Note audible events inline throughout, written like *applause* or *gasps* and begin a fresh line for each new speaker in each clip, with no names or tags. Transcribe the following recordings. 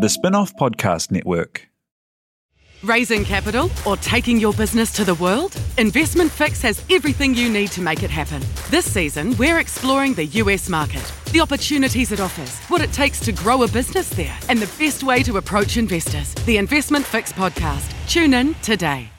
The Spinoff Podcast Network.
Raising capital or taking your business to the world? Investment Fix has everything you need to make it happen. This season, we're exploring the US market, the opportunities it offers, what it takes to grow a business there, and the best way to approach investors. The Investment Fix podcast. Tune in today.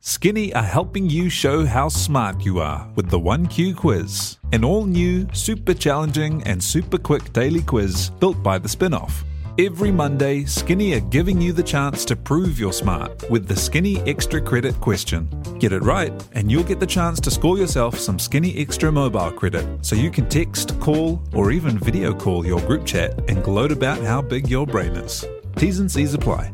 Skinny are helping you show how smart you are with the 1Q quiz, an all new, super challenging, and super quick daily quiz built by the spin-off. Every Monday, Skinny are giving you the chance to prove you're smart with the Skinny Extra Credit question. Get it right, and you'll get the chance to score yourself some Skinny Extra mobile credit so you can text, call, or even video call your group chat and gloat about how big your brain is. T's and C's apply.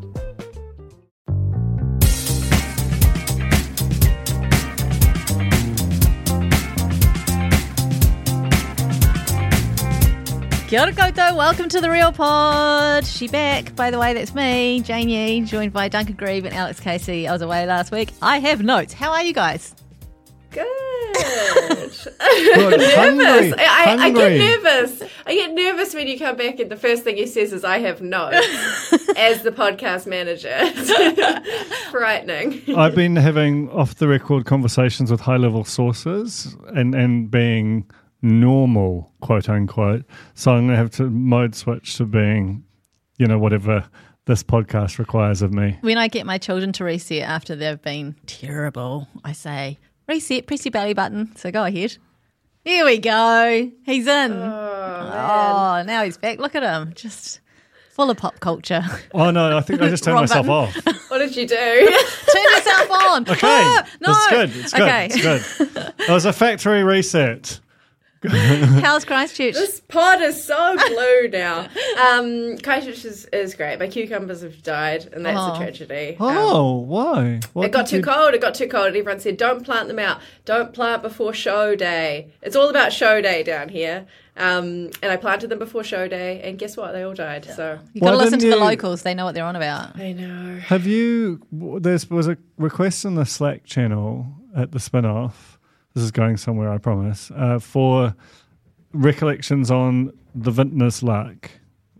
Kia ora koutou, welcome to The Real Pod. She back, by the way, that's me, Jane Yee, joined by Duncan Grieve and Alex Casey. I was away last week. I have notes. How are you guys?
Good.
Good. Hungry.
nervous. I, I, I
Hungry.
get nervous. I get nervous when you come back and the first thing he says is, I have
*laughs*
notes as the podcast manager. *laughs* It's Frightening.
I've been having off the record conversations with high level sources and, and being normal, quote unquote. So I'm going to have to mode switch to being, you know, whatever this podcast requires of me.
When I get my children to reset after they've been terrible, I say, reset, press your belly button. So go ahead. There we go. He's in. Oh, now he's back. Look at him. Just full of pop culture. *laughs*
Oh, no, I think I just turned
Wrong
myself off.
What did you do?
*laughs*
Turn yourself on.
Okay.
Ah, no.
That's good. It's good.
Okay.
It's good. It was a factory reset.
*laughs* How's Christchurch?
this pod is so blue now. Um, Christchurch is, is great. My cucumbers have died, and that's
Oh.
a tragedy. Um,
Oh, why? What
It got
did
too
you-
cold. It got too cold. And everyone said, "Don't plant them out. Don't plant before show day." It's all about show day down here. Um, and I planted them before show day, and guess what? They all died. So
You've got to
Why
listen to
didn't
the
you-
locals. They know what they're on about.
I know.
Have you? w- There was a request in the Slack channel at the spin off. This is going somewhere, I promise. Uh, for recollections on the Vintners Lark,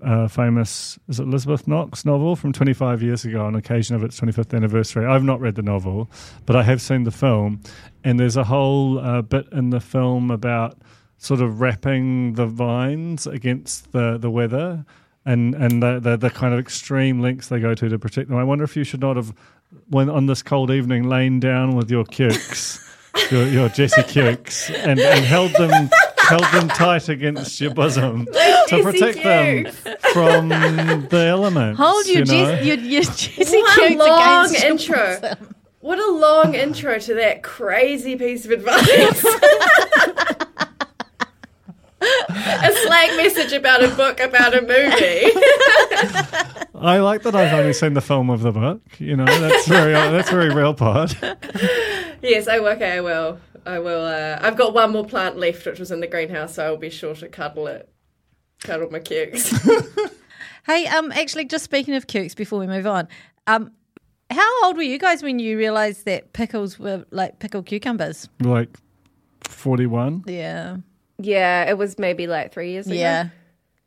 uh, famous is it Elizabeth Knox novel from 25 years ago on occasion of its 25th anniversary. I've not read the novel, but I have seen the film, and there's a whole uh, bit in the film about sort of wrapping the vines against the the weather. And, and the, the, the kind of extreme lengths they go to to protect them. I wonder if you should not have, when on this cold evening, lain down with
*laughs*
your cukes your, your Jesse Cukes and, and held them held them tight against
*laughs*
your bosom to protect them from the elements.
Hold your
you know?
Jess, your, *laughs* your Jesse
What a
Cukes
long
against your
intro. What a long intro to that crazy piece of advice. a Slack message about a book about a movie.
I like that I've only seen the film of the book. You know, that's very that's very real part. *laughs*
yes, I okay, I will. I will. Uh, I've got one more plant left, which was in the greenhouse, so I'll be sure to cuddle it. Cuddle my cukes.
Hey, um, actually, just speaking of cukes, before we move on, um, how old were you guys when you realised that pickles were like pickled cucumbers?
Like forty one.
Yeah,
*laughs* yeah, it was maybe like three years ago.
yeah,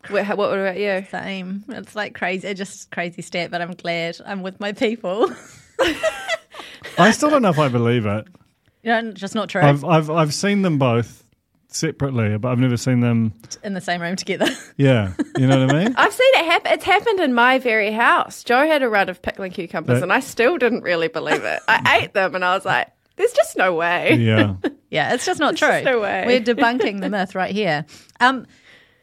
What, what about you?
same. It's like crazy, it's just crazy stat, but I'm glad I'm with my people. *laughs*
I still don't know if I believe it.
you know, just not true.
I've I've I've seen them both separately, but I've never seen them.
in the same room together. *laughs*
Yeah, you know what I mean.
I've seen it happen. It's happened in my very house. Joe had a run of pickling cucumbers,
That-
and I still didn't really believe it.
*laughs*
I ate them, and I was like, "There's just no way."
Yeah.
yeah, it's just
*laughs*
not true.
just no way.
We're debunking the myth right here. Um,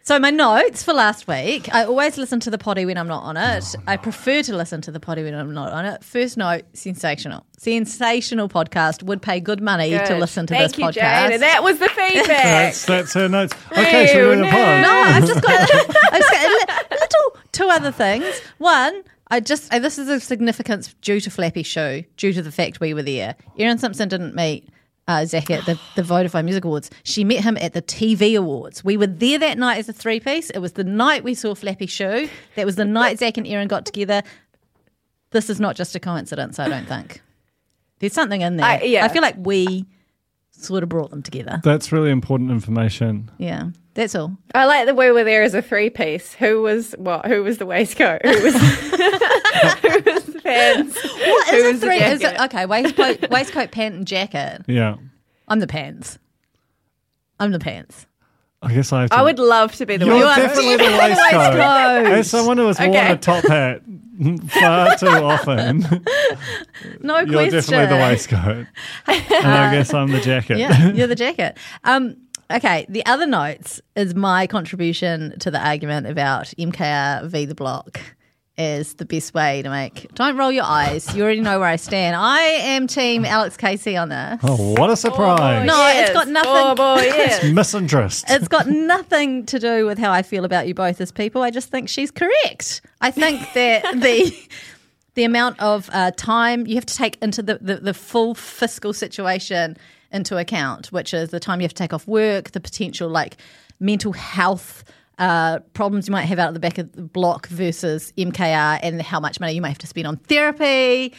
so my notes for last week. I always listen to the potty when I'm not on it. I prefer to listen to the potty when I'm not on it. First note, sensational. Sensational podcast. Would pay good money to
Good.
listen to
Thank
this
you,
podcast.
Jane. And that
*laughs*
was the feedback.
That's that's her notes. Okay, should we do the
no.
pod?
No, Ah, *laughs* I've just
*laughs*
got, I've just got a li- little two other things. One, I just I, this is of significance due to Flappy Shoe, due to the fact we were there. Erin Simpson didn't meet uh, Zach at the, the Vodafone Music Awards. She met him at the TV Awards. We were there that night as a three piece. It was the night we saw Flappy Shoe. That was the night Zach and Erin got together. This is not just a coincidence, I don't think. There's something in there.
I- yeah.
I feel like we sort of brought them together.
That's really important information.
Yeah. That's all.
I like that we were there as a three piece. Who was what? Who was the waistcoat? Who was, *laughs* who was the pants?
What
*laughs* Who
is
was
it?
the
Three? Is it
jacket?
okay? Waistcoat,
*laughs*
waistcoat, pant, and jacket.
Yeah.
I'm the pants. I'm the pants.
I guess I have to.
I would love to be the
You're
waistcoat.
definitely the waistcoat. As someone who has worn
Okay.
a top hat *laughs* far too often,
No
you're
question.
definitely the waistcoat. And I guess I'm the
*laughs*
jacket.
Yeah, you're the jacket. Um, okay, the other notes is my contribution to the argument about MKR v the block is the best way to make. Don't roll your eyes. You already know where I stand. I am team Alex Casey on this.
*laughs* Oh, what a surprise.
No, *laughs* it's got nothing.
Oh boy, yes.
Misinterest.
It's got nothing to do with how I feel about you both as people. I just think she's correct. I think that the *laughs* the amount of uh, time you have to take into the, the, the full fiscal situation into account, which is the time you have to take off work, the potential like mental health uh, problems you might have out at the back of the block versus MKR, and how much money you might have to spend on therapy.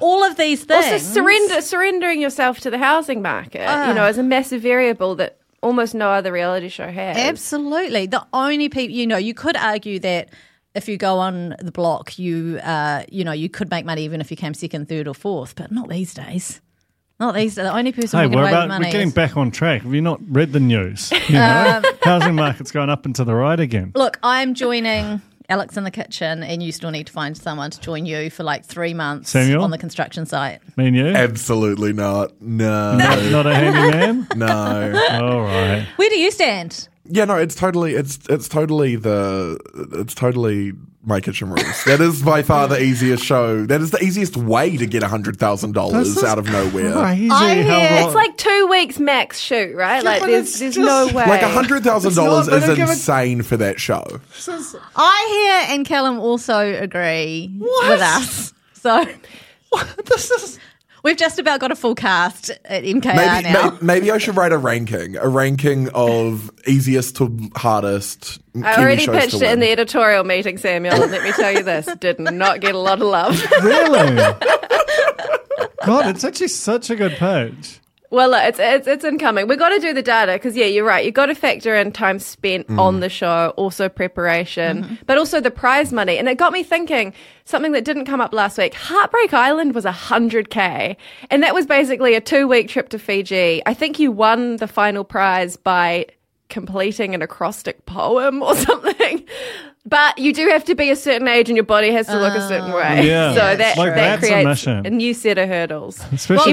All of these things.
Also, surrender, surrendering yourself to the housing market,
Ah.
you know, is a massive variable that almost no other reality show has.
Absolutely. The only people, you know, you could argue that if you go on the block, you, uh, you know, you could make money even if you came second, third, or fourth, but not these days. Not these. The only person
Hey,
who can
we're
raise
about
money.
we're getting
is-
back on track. Have you not read the news? You know, housing market's going up and to the right again.
Look, I'm joining Alex in the kitchen, and you still need to find someone to join you for like three months
Samuel?
on the construction site.
Me and you,
Absolutely not. No.
not a
*laughs*
handyman.
No.
All right,
Where do you stand?
Yeah, no, it's totally it's it's totally the it's totally my kitchen rules. That is by far the easiest show. That is the easiest way to get hundred thousand dollars out of nowhere.
crazy.
I hear-
how
It's like two weeks max shoot, right? like,
but
there's,
it's
there's
just-
no way.
Like hundred thousand
It's
dollars
not- they
is
don't give a-
insane for that show.
I hear, and Callum also agree with us. So
This is
we've just about got a full cast uh, at MKR
maybe,
now.
may- maybe I should write a ranking, a ranking of easiest to hardest.
I
Kiwi
already
shows
pitched
to
it in the
win.
editorial meeting, Samuel, and let me tell you this did not get a lot of love.
*laughs* really. God, it's actually such a good pitch.
Well, look, it's it's it's incoming. We've got to do the data because yeah, you're right. You've got to factor in time spent
Mm.
on the show, also preparation, but also the prize money. And it got me thinking something that didn't come up last week. Heartbreak Island was hundred k, and that was basically a two week trip to Fiji. I think you won the final prize by completing an acrostic poem or *laughs* something. But you do have to be a certain age, and your body has to look a certain way.
Yeah.
so that,
Like,
that
that's a
creates
mission.
a new set of hurdles.
Especially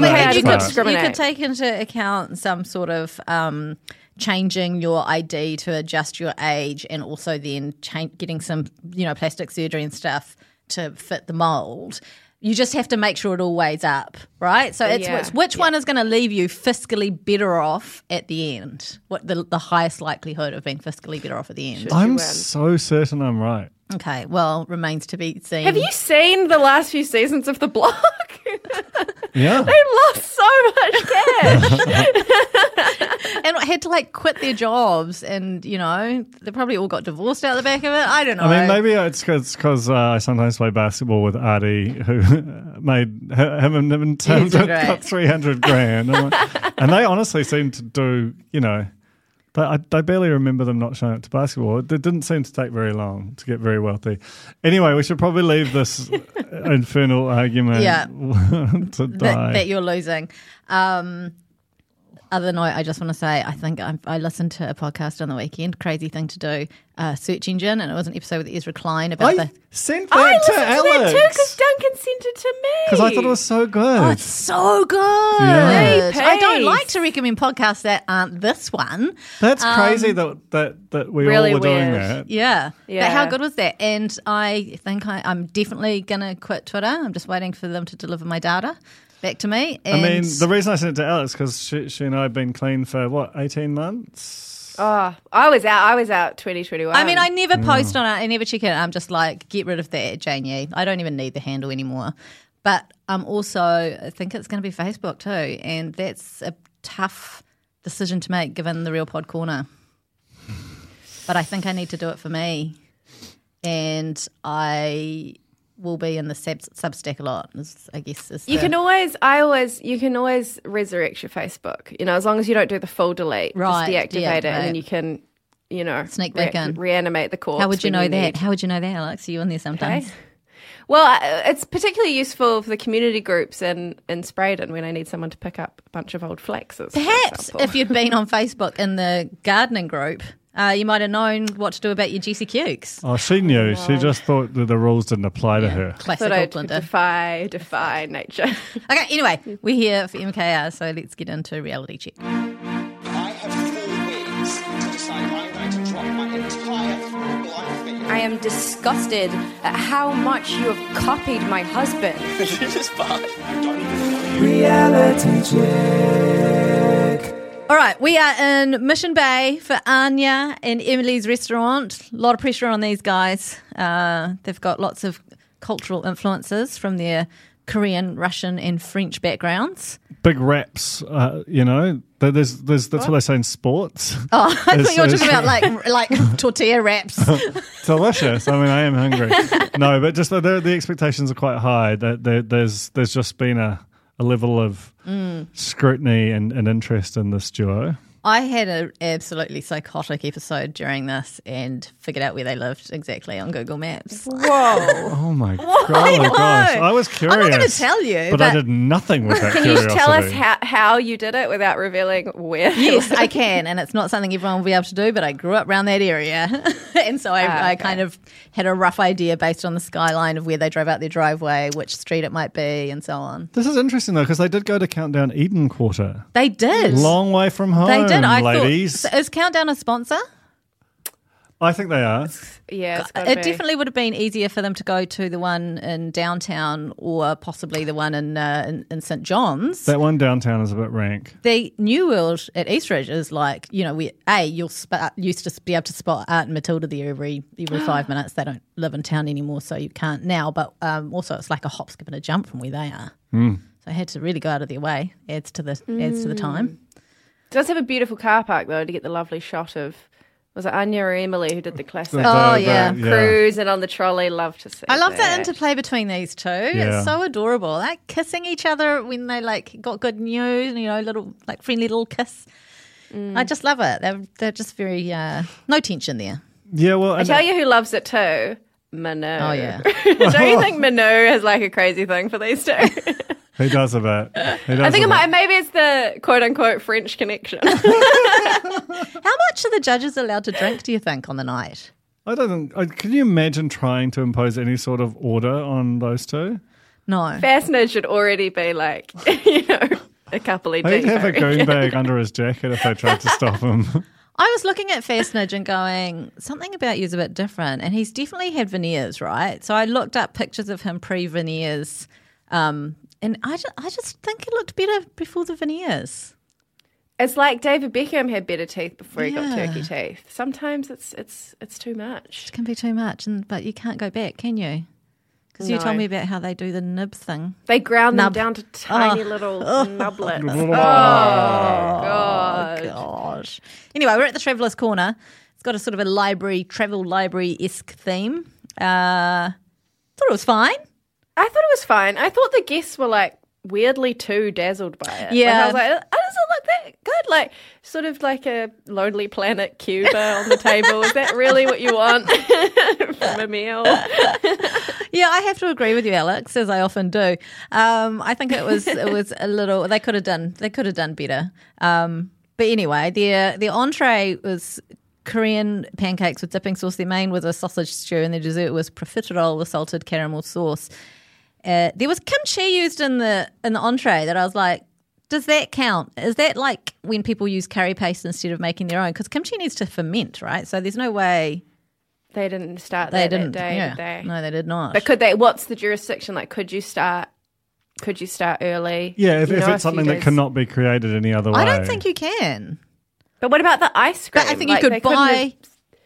Well, Oh,
that
but
and
you
you
could
part.
could, you
discriminate.
could take into account some sort of um, changing your ID to adjust your age, and also then change, getting some you know plastic surgery and stuff to fit the mold. You just have to make sure it all weighs up, right? So it's
Yeah.
which, which one is going to leave you fiscally better off at the end? What the, the highest likelihood of being fiscally better off at the end?
I'm
win.
so certain I'm right.
Okay, well, remains to be seen.
Have you seen the last few seasons of The Block? *laughs*
Yeah,
they lost so
*laughs*
much cash.
and had to like quit their jobs, and you know they probably all got divorced out the back of it. I don't know.
I mean, maybe it's because uh, I sometimes play basketball with Artie, who *laughs* made h- him and him and Tim
He's a
did-
great.
got three hundred grand, I'm like- and they honestly seem to do. You know, they, I, I barely remember them not showing up to basketball. It didn't seem to take very long to get very wealthy. Anyway, we should probably leave this uh,
*laughs*
infernal argument
Yeah.
*laughs* to die.
that, that you're losing. Um, other note, I just want to say, I think I, I listened to a podcast on the weekend, crazy thing to do, uh, search engine, and it was an episode with Ezra Klein about
I
the.
sent
I
that to
listened to that too because
Alex *laughs*
Duncan sent it to me.
because I thought it was so good.
Oh, it's so good.
Yeah.
I don't
Jeez.
like to recommend podcasts that aren't this one.
That's
Um,
crazy that that that we
really
all were doing
weird.
that.
Yeah. But
Yeah.
how good was that? And I think I, I'm definitely going to quit Twitter. I'm just waiting for them to deliver my data back to me.
I
And
mean, the reason I sent it to Alex because she, she and I have been clean for what eighteen months.
Oh, I was out. I was out 2021.
I mean, I never post on it. I never check it. I'm just like, get rid of that, Janie. I don't even need the handle anymore. But I'm also, I think it's going to be Facebook too. And that's a tough decision to make given the real pod corner. But I think I need to do it for me. And I will be in the sub- Substack a lot, is, I guess. Is
You
the-
can always, I always, you can always resurrect your Facebook. You know, as long as you don't do the full delete,
Right,
just deactivate
yeah,
it, and
right.
then you can you know,
Sneak back in.
reanimate the corpse.
How would you
when
know that?
need.
How would you know that, Alex? Are you in there sometimes?
Okay. Well, I- it's particularly useful for the community groups in, in Spraydon when I need someone to pick up a bunch of old flaxes. for
Perhaps
example.
if you'd been on Facebook in the gardening group, uh, you might have known what to do about your juicy cukes.
Oh, she knew. She just thought that the rules didn't apply to her.
Classic
Thought I'd
Aucklander.
defy, defy nature.
Okay, anyway, we're here for MKR, so let's get into reality check.
I have four ways to decide I'm going to drop my entire life in.
I am disgusted at how much you have copied my husband.
this is bad. I don't even know you.
All right, we are in Mission Bay for Anya and Emily's restaurant. A lot of pressure on these guys. Uh, they've got lots of cultural influences from their Korean, Russian, and French backgrounds.
Big raps, uh, you know. There- There's, there's, that's what they say in sports.
Oh, *laughs* I
It's-
thought you were
it's-
talking about like like tortilla wraps.
delicious. I mean, I
*laughs*
am hungry. No, but just the, the, the expectations are quite high. That there, there's there's just been a, a level of
Mm.
scrutiny and, and interest in this duo.
I had an absolutely psychotic episode during this and figured out where they lived exactly on Google Maps.
*laughs* Whoa.
Oh my god! Oh gosh, I was
I'm not
curious.
gonna tell you,
but, I
but-
did nothing
*laughs*
with that
Can you
curiosity.
tell us how, how you did it without revealing where?
Yes,
*laughs*
I can, and it's not something everyone will be able to do. But I grew up around that area, *laughs* and
Ah,
so I, I kind of had a rough idea based on the skyline of where they drove out their driveway, which street it might be, and so on.
This is interesting though, because they did go to Countdown Eden Quarter.
They did.
Long way from home,
they did. I
ladies.
thought so is Countdown a sponsor?
I think they are.
Yeah, it's gotta
It
be.
definitely would have been easier for them to go to the one in downtown or possibly the one in uh, in, in St John's.
That one downtown is a bit rank.
the new world at Eastridge is like you know we a you'll sp- used to be able to spot Art and Matilda there every every five minutes. They don't live in town anymore, so you can't now. But um, also it's like a hop, skip, and a jump from where they are. So I had to really go out of their way. Adds to the adds to the time.
It does have a beautiful car park, though, to get the lovely shot of. Was it Anya or Emily who did the classic?
Oh,
The- the-
yeah.
Cruise and on the trolley, love to see.
I love that interplay between these two.
Yeah.
It's so adorable. Like kissing each other when they like got good news, you know, little like friendly little kiss. I just love it. They're they're just very uh, no tension there.
Yeah, well,
I tell you who loves it too. Manu.
Oh yeah.
*laughs* Don't you
*laughs*
think Manu has like a crazy thing for these two?
he does a bit. He does
I think it
a bit.
might, maybe it's the quote unquote French connection.
*laughs*
How much are the judges allowed to drink? Do you think on the night?
I don't think. I, can you imagine trying to impose any sort of order on those two?
No.
Fastener should already be like, *laughs* you know, a couple of
He'd
deep.
have
*laughs*
a goon bag under his jacket if they tried to stop him.
I was looking at Fastnidge and going, something about you's a bit different. And he's definitely had veneers, right? So I looked up pictures of him pre veneers. Um, and I just, I just think it looked better before the veneers.
It's like David Beckham had better teeth before he got
Yeah.
turkey teeth. Sometimes it's it's it's too much.
It can be too much, and but you can't go back, can you? Because you
No.
told me about how they do the nib thing.
They ground
Nub. Ah.
them down to tiny
*laughs*
little nublets. Oh, God.
Gosh. Anyway, we're at the Traveller's Corner. It's got a sort of a library, travel library esque theme. Uh, thought it was fine.
I thought it was fine. I thought the guests were like weirdly too dazzled by it. Like,
Yeah.
I was like, oh, does it look that good? Like, sort of like a Lonely Planet Cuba on the table. Is that really what you want *laughs* from a meal?
Yeah, I have to agree with you, Alex, as I often do. Um, I think it was it was a little. They could have done they could have done better. Um, but anyway, their the entree was Korean pancakes with dipping sauce. Their main was a sausage stew, and their dessert was profiterole with salted caramel sauce. Uh, there was kimchi used in the in the entree that I was like. Does that count? Is that like when people use curry paste instead of making their own? Because kimchi needs to ferment, right? So there's no way
They didn't start
they
that,
didn't.
that day,
yeah.
did they?
No, they did not.
But could they? What's the jurisdiction like? Could you start? Could you start early?
*laughs* Yeah, if,
You
if
know, a
it's something
few
that
days.
cannot be created any other way.
I don't think you can.
But what about the ice cream?
But I think
Like,
you
they
could
couldn't have-
buy.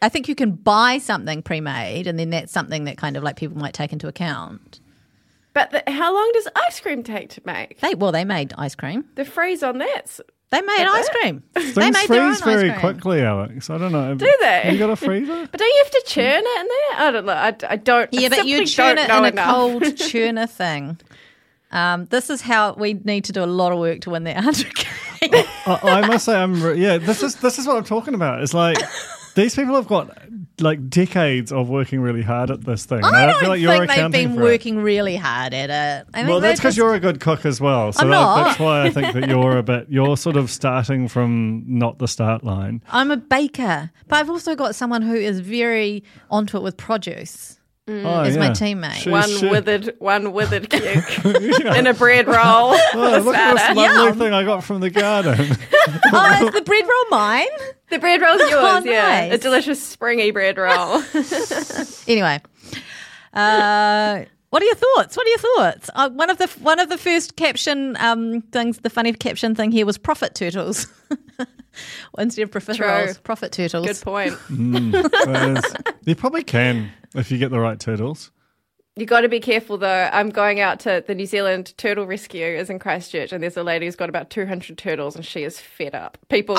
I think you can buy something pre-made, and then that's something that kind of like people might take into account.
but the, how long does ice cream take to make?
They well, they made ice cream.
The freeze on that's
They made ice
*laughs*
cream. they
Things
made their own
freeze
ice
very
cream.
quickly, Alex. I don't know. Do
they?
You got a freezer?
But don't you have to churn it in there? I don't know. I, I don't. I
Yeah, but you
simply
churn
don't
it
know
in a
enough.
cold
*laughs*
churner thing. Um, this is how we need to do a lot of work to win that 100k.
*laughs* I, I must say, I'm. Re- yeah, this is this is what I'm talking about. It's like These people have got like decades of working really hard at this thing.
I
And
don't think they've
accounting
been
for it.
working really hard at it. I think
Well,
they're
that's because
just-
you're a good cook as well. So
I'm
that-
not.
that's why I think
*laughs*
that you're a bit. You're sort of starting from not the start line.
I'm a baker, but I've also got someone who is very onto it with produce.
Oh,
Mm. Is my
yeah.
teammate.
She's-
One
she-
withered, one
*laughs*
withered cuke in a bread roll.
Oh, look at this lovely
Yum.
thing I got from
*laughs*
the garden.
oh, is the bread roll mine?
The bread roll's yours,
Oh,
yeah.
nice.
A delicious springy bread roll. *laughs*
Anyway, uh, what are your thoughts? What are your thoughts? Uh, one of the one of the first caption um, things, the funny caption thing here was profit turtles *laughs* instead of profit
True.
rolls, profit turtles.
Good point.
That is- you probably can if you get the right turtles.
You got to be careful though. I'm going out to the New Zealand Turtle Rescue is in Christchurch, and there's a lady who's got about 200 turtles, and she is fed up. People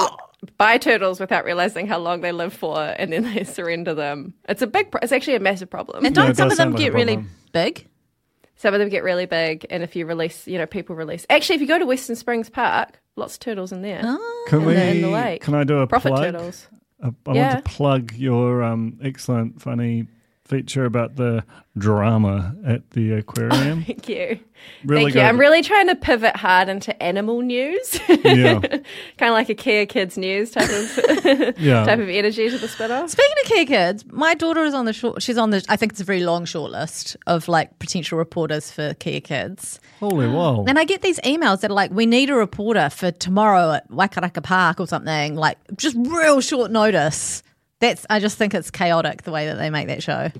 buy turtles without realizing how long they live for, and then *laughs* they surrender them. It's a big. Pro- it's actually a massive problem.
And
Yeah,
don't
it
some of
does
them
sound like a
get really
problem.
big?
Some of them get really big, and if you release, you know, people release. Actually, if you go to Western Springs Park, lots of turtles in there.
Can we?
the- in the lake.
Can I do a
Profit
plug?
turtles.
I, I
Yeah.
want to plug your um, excellent, funny feature about the drama at the aquarium.
Thank you.
Really
Thank
good.
you. I'm really trying to pivot hard into animal news, *laughs* kind
yeah,
of like a Kia Kids news type of
yeah.
type of energy to the spin-off.
Speaking of care kids, my daughter is on the short. She's on the. I think it's a very long short list of like potential reporters for care kids.
Holy wow!
And I get these emails that are like, we need a reporter for tomorrow at Wakaraka Park or something, like just real short notice. That's I just think it's chaotic the way that they make that show.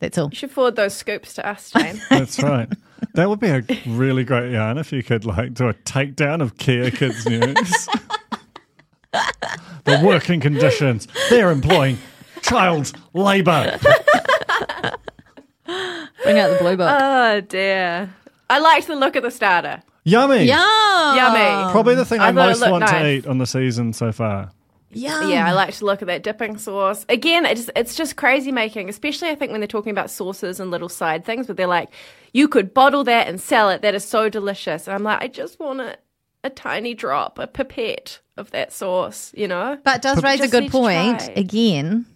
That's all.
You should forward those scoops
*laughs*
to us, Jane.
That's right. That would be a really great yarn if you could like do a takedown of Kia Kids News. the working conditions they're employing child labour.
Bring out the blue book.
oh dear. I liked the look at the starter.
Yummy.
Yum. Oh.
Yummy.
Probably the thing I,
I thought it
most
looked
want to
nice.
eat on the season so far.
Yum.
Yeah, I liked the look of that dipping sauce. Again, it's it's just crazy making, especially I think when they're talking about sauces and little side things, but they're like, you could bottle that and sell it. That is so delicious. And I'm like, I just want a, a tiny drop, a pipette of that sauce, you know?
But it does raise a
Just
good
need to
point
try.
again.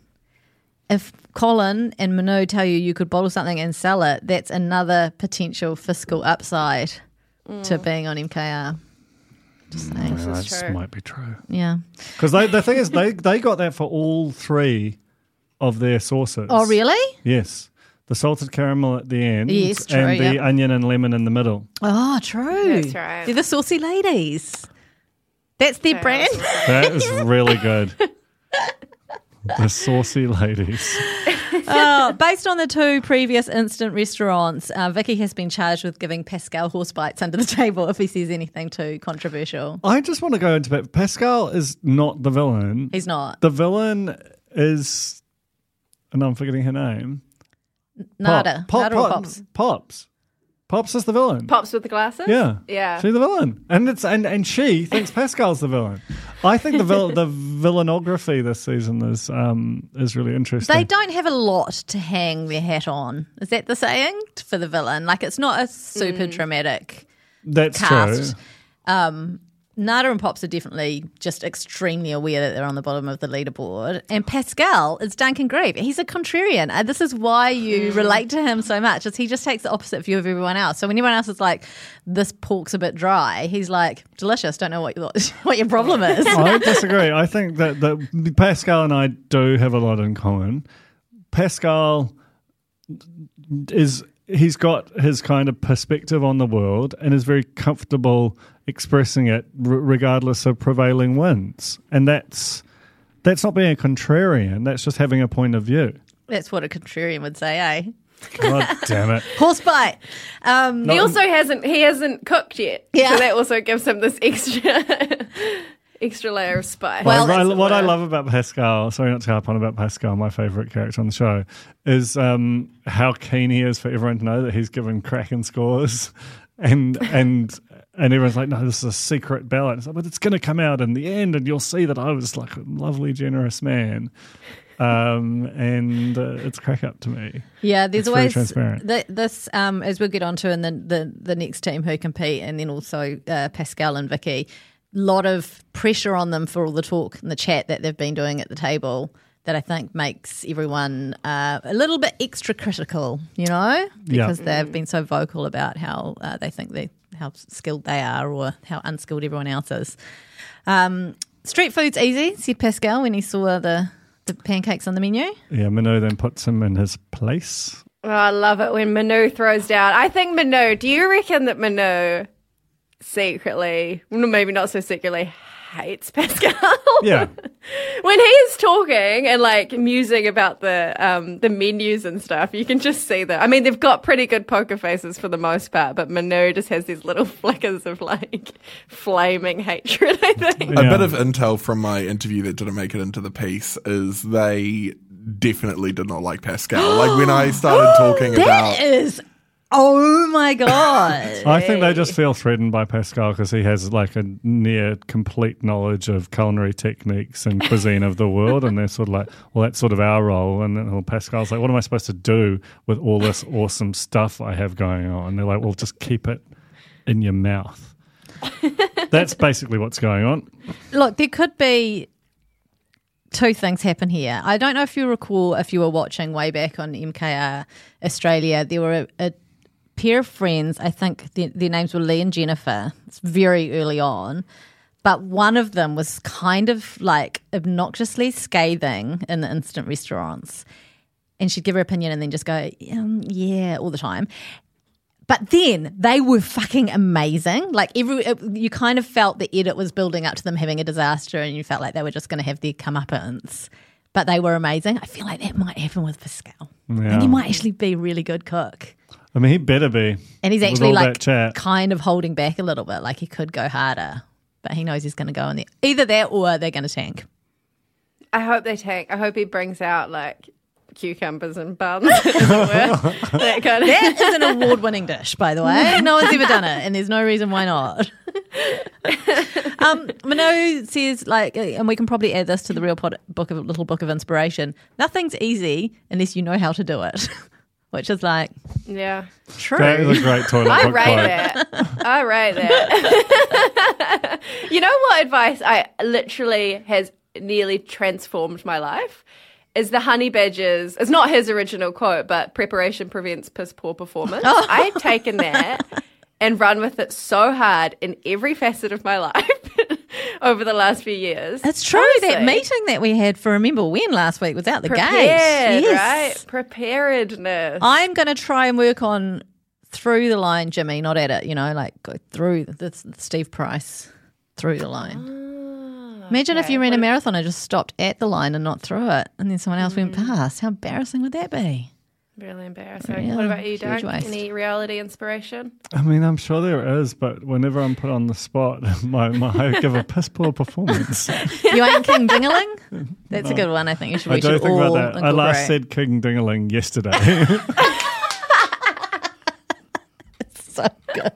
If Colin and Manu tell you you could bottle something and sell it, that's another potential fiscal upside to being on MKR. Just saying.
This might be true.
Yeah.
Because the thing is, they, they got that for all three of their sauces.
Oh, really?
Yes. The salted caramel at the end
Yes, true,
and the
yep.
onion and lemon in the middle.
Oh, true.
That's right.
They're the saucy ladies. That's their brand. *laughs*
That is really good. the saucy ladies.
*laughs*
Uh, based on the two previous instant restaurants, uh, Vicky has been charged with giving Pascal horse bites under the *laughs* table if he says anything too controversial.
I just want to go into it. Pascal is not the villain.
He's not.
The villain is, and I'm forgetting her name. Pop-
Nada.
Pop-
Nada or
Pop-
Pops.
Pops. Pops is the villain.
Pops with the glasses?
Yeah.
Yeah.
She's the villain. And it's and, and she thinks Pascal's the villain. I think the vil- the villainography this season is um is really interesting.
They don't have a lot to hang their hat on. Is that the saying for the villain? Like, it's not a
Mm.
super dramatic
That's
cast.
true.
Um, Nada and Pops are definitely just extremely aware that they're on the bottom of the leaderboard. And Pascal is Duncan Grieve. He's a contrarian. Uh, This is why you relate to him so much, is he just takes the opposite view of everyone else. So when everyone else is like, this pork's a bit dry, he's like, delicious, don't know what, your- *laughs* what your problem is.
I disagree. I think that, that Pascal and I do have a lot in common. Pascal is he's got his kind of perspective on the world and is very comfortable expressing it r- regardless of prevailing winds. And that's that's not being a contrarian. That's just having a point of view.
That's what a contrarian would say, eh?
God
*laughs*
damn it.
Horse bite. Um,
He also hasn't he hasn't cooked yet.
Yeah.
So that also gives him this *laughs* extra extra layer of spice.
Well,
I- I-
it's-
what I love about Pascal, sorry not to harp on about Pascal, my favourite character on the show, is um, how keen he is for everyone to know that he's given Kraken scores, *laughs* and and and everyone's like, no, this is a secret ballot. It's like, but it's going to come out in the end, and you'll see that I was like a lovely, generous man, um, and uh, it's crack up to me.
Yeah, there's
It's very
always
transparent.
th- this um, as we'll get onto in the, the the next team who compete, and then also uh, Pascal and Vicky. Lot of pressure on them for all the talk and the chat that they've been doing at the table, that I think makes everyone uh, a little bit extra critical, you know,
Yeah.
because they've been so vocal about how uh, they think they how skilled they are or how unskilled everyone else is. Um, street food's easy, said Pascal when he saw the the pancakes on the menu.
Yeah, Manu then puts him in his place.
Oh, I love it when Manu throws down. I think Manu, do you reckon that Manu secretly, well, maybe not so secretly, hates *laughs* Pascal?
*laughs*
Yeah.
when he is talking and like musing about the um, the menus and stuff, you can just see that. I mean, they've got pretty good poker faces for the most part, but Manu just has these little *laughs* flickers of like flaming hatred. I think.
Yeah.
A bit of intel from my interview that didn't make it into the piece is they definitely did not like Pascal. like when I started talking about
*gasps* That is, oh my
*laughs*
god!
I think they just feel threatened by Pascal because he has like a near complete knowledge of culinary techniques and cuisine of the world, and they're sort of like, well, that's sort of our role. And then well, Pascal's like, what am I supposed to do with all this awesome stuff I have going on? And they're like, well, just keep it in
*laughs*
your mouth. that's basically what's going on.
Look, there could be two things happen here. I don't know if you recall if you were watching way back on MKR Australia, there were a, a pair of friends. I think their, their names were Lee and Jennifer. It's very early on. But one of them was kind of like obnoxiously scathing in the instant restaurants. And she'd give her opinion and then just go, um, yeah, all the time. But then they were fucking amazing. Like every, it, you kind of felt the edit was building up to them having a disaster, and you felt like they were just going to have their comeuppance. But they were amazing. I feel like that might happen with Pascal. I
Yeah.
think he might actually be a really good cook,
I mean, he better be.
and he's
With
actually
all that
like
chat.
kind of holding back a little bit. Like he could go harder, but he knows he's going to go in there. Either that or they're going to tank.
I hope they take. I hope he brings out like cucumbers and buns. *laughs* as it were. that kind of.
That is an award-winning dish, by the way. No one's ever done it, and there's no reason why not. *laughs* um, Mano says, like, uh, and we can probably add this to the real pod- book of little book of inspiration. Nothing's easy unless you know how to do it, *laughs* which is like
Yeah.
true.
That is
*laughs*
a great toilet
I
book
rate
quote.
that.
*laughs*
I rate that. *laughs* you know what advice I literally has nearly transformed my life is the honey badgers. It's not his original quote, but preparation prevents piss poor performance.
Oh.
I've taken
*laughs*
that and run with it so hard in every facet of my life *laughs* over the last few years.
it's true. That
Honestly.
meeting that we had for remember when last week without the
Prepared,
gate. Yes. Oh,
right? Preparedness.
I'm going to try and work on through the line, Jimmy, not at it. You know, like go through that's Steve Price through the line. Imagine if you ran a marathon and just stopped at the line and not through it, and then someone else went past. How embarrassing would that be?
really embarrassing.
Really
what about you,
huge
Doug?
waste.
Any reality inspiration?
I mean, I'm sure there is, but whenever I'm put on the spot, *laughs* my, my, I give a piss poor performance.
You ain't King Dingaling. That's a good one. I think you should. We
I don't
should
think
all
about that. I
incorporate.
last said King
*laughs*
Dingaling yesterday.
so good.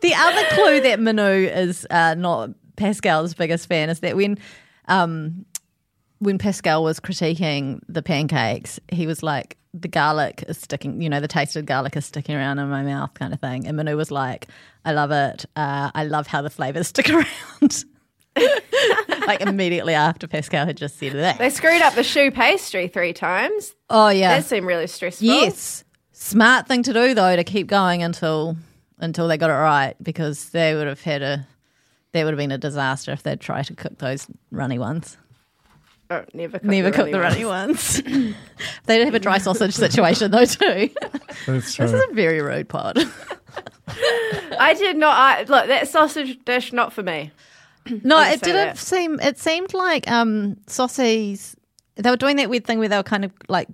the other clue that Manu is uh, not Pascal's biggest fan is that when um, when Pascal was critiquing the pancakes, he was like, "The garlic is sticking. You know, the taste of garlic is sticking around in my mouth," kind of thing. And Manu was like, "I love it. Uh, I love how the flavors *laughs* stick around." like immediately after Pascal had just said
They
that.
screwed up the shoe pastry three times.
Oh yeah,
That seemed really stressful.
Yes. Smart thing to do though to keep going until until they got it right because they would have had a that would have been a disaster if they'd tried to cook those runny ones.
Oh, never cooked
Never
the
cook the runny
runny
ones. *coughs* they did have a dry sausage situation though too. *laughs*
That's
this
true.
is a very rude *laughs* pod.
one. I did not. I, look, that sausage dish not for me.
No,
I'd
it
say
didn't
that.
seem. It seemed like um, saucies. They were doing that weird thing where they were kind of like,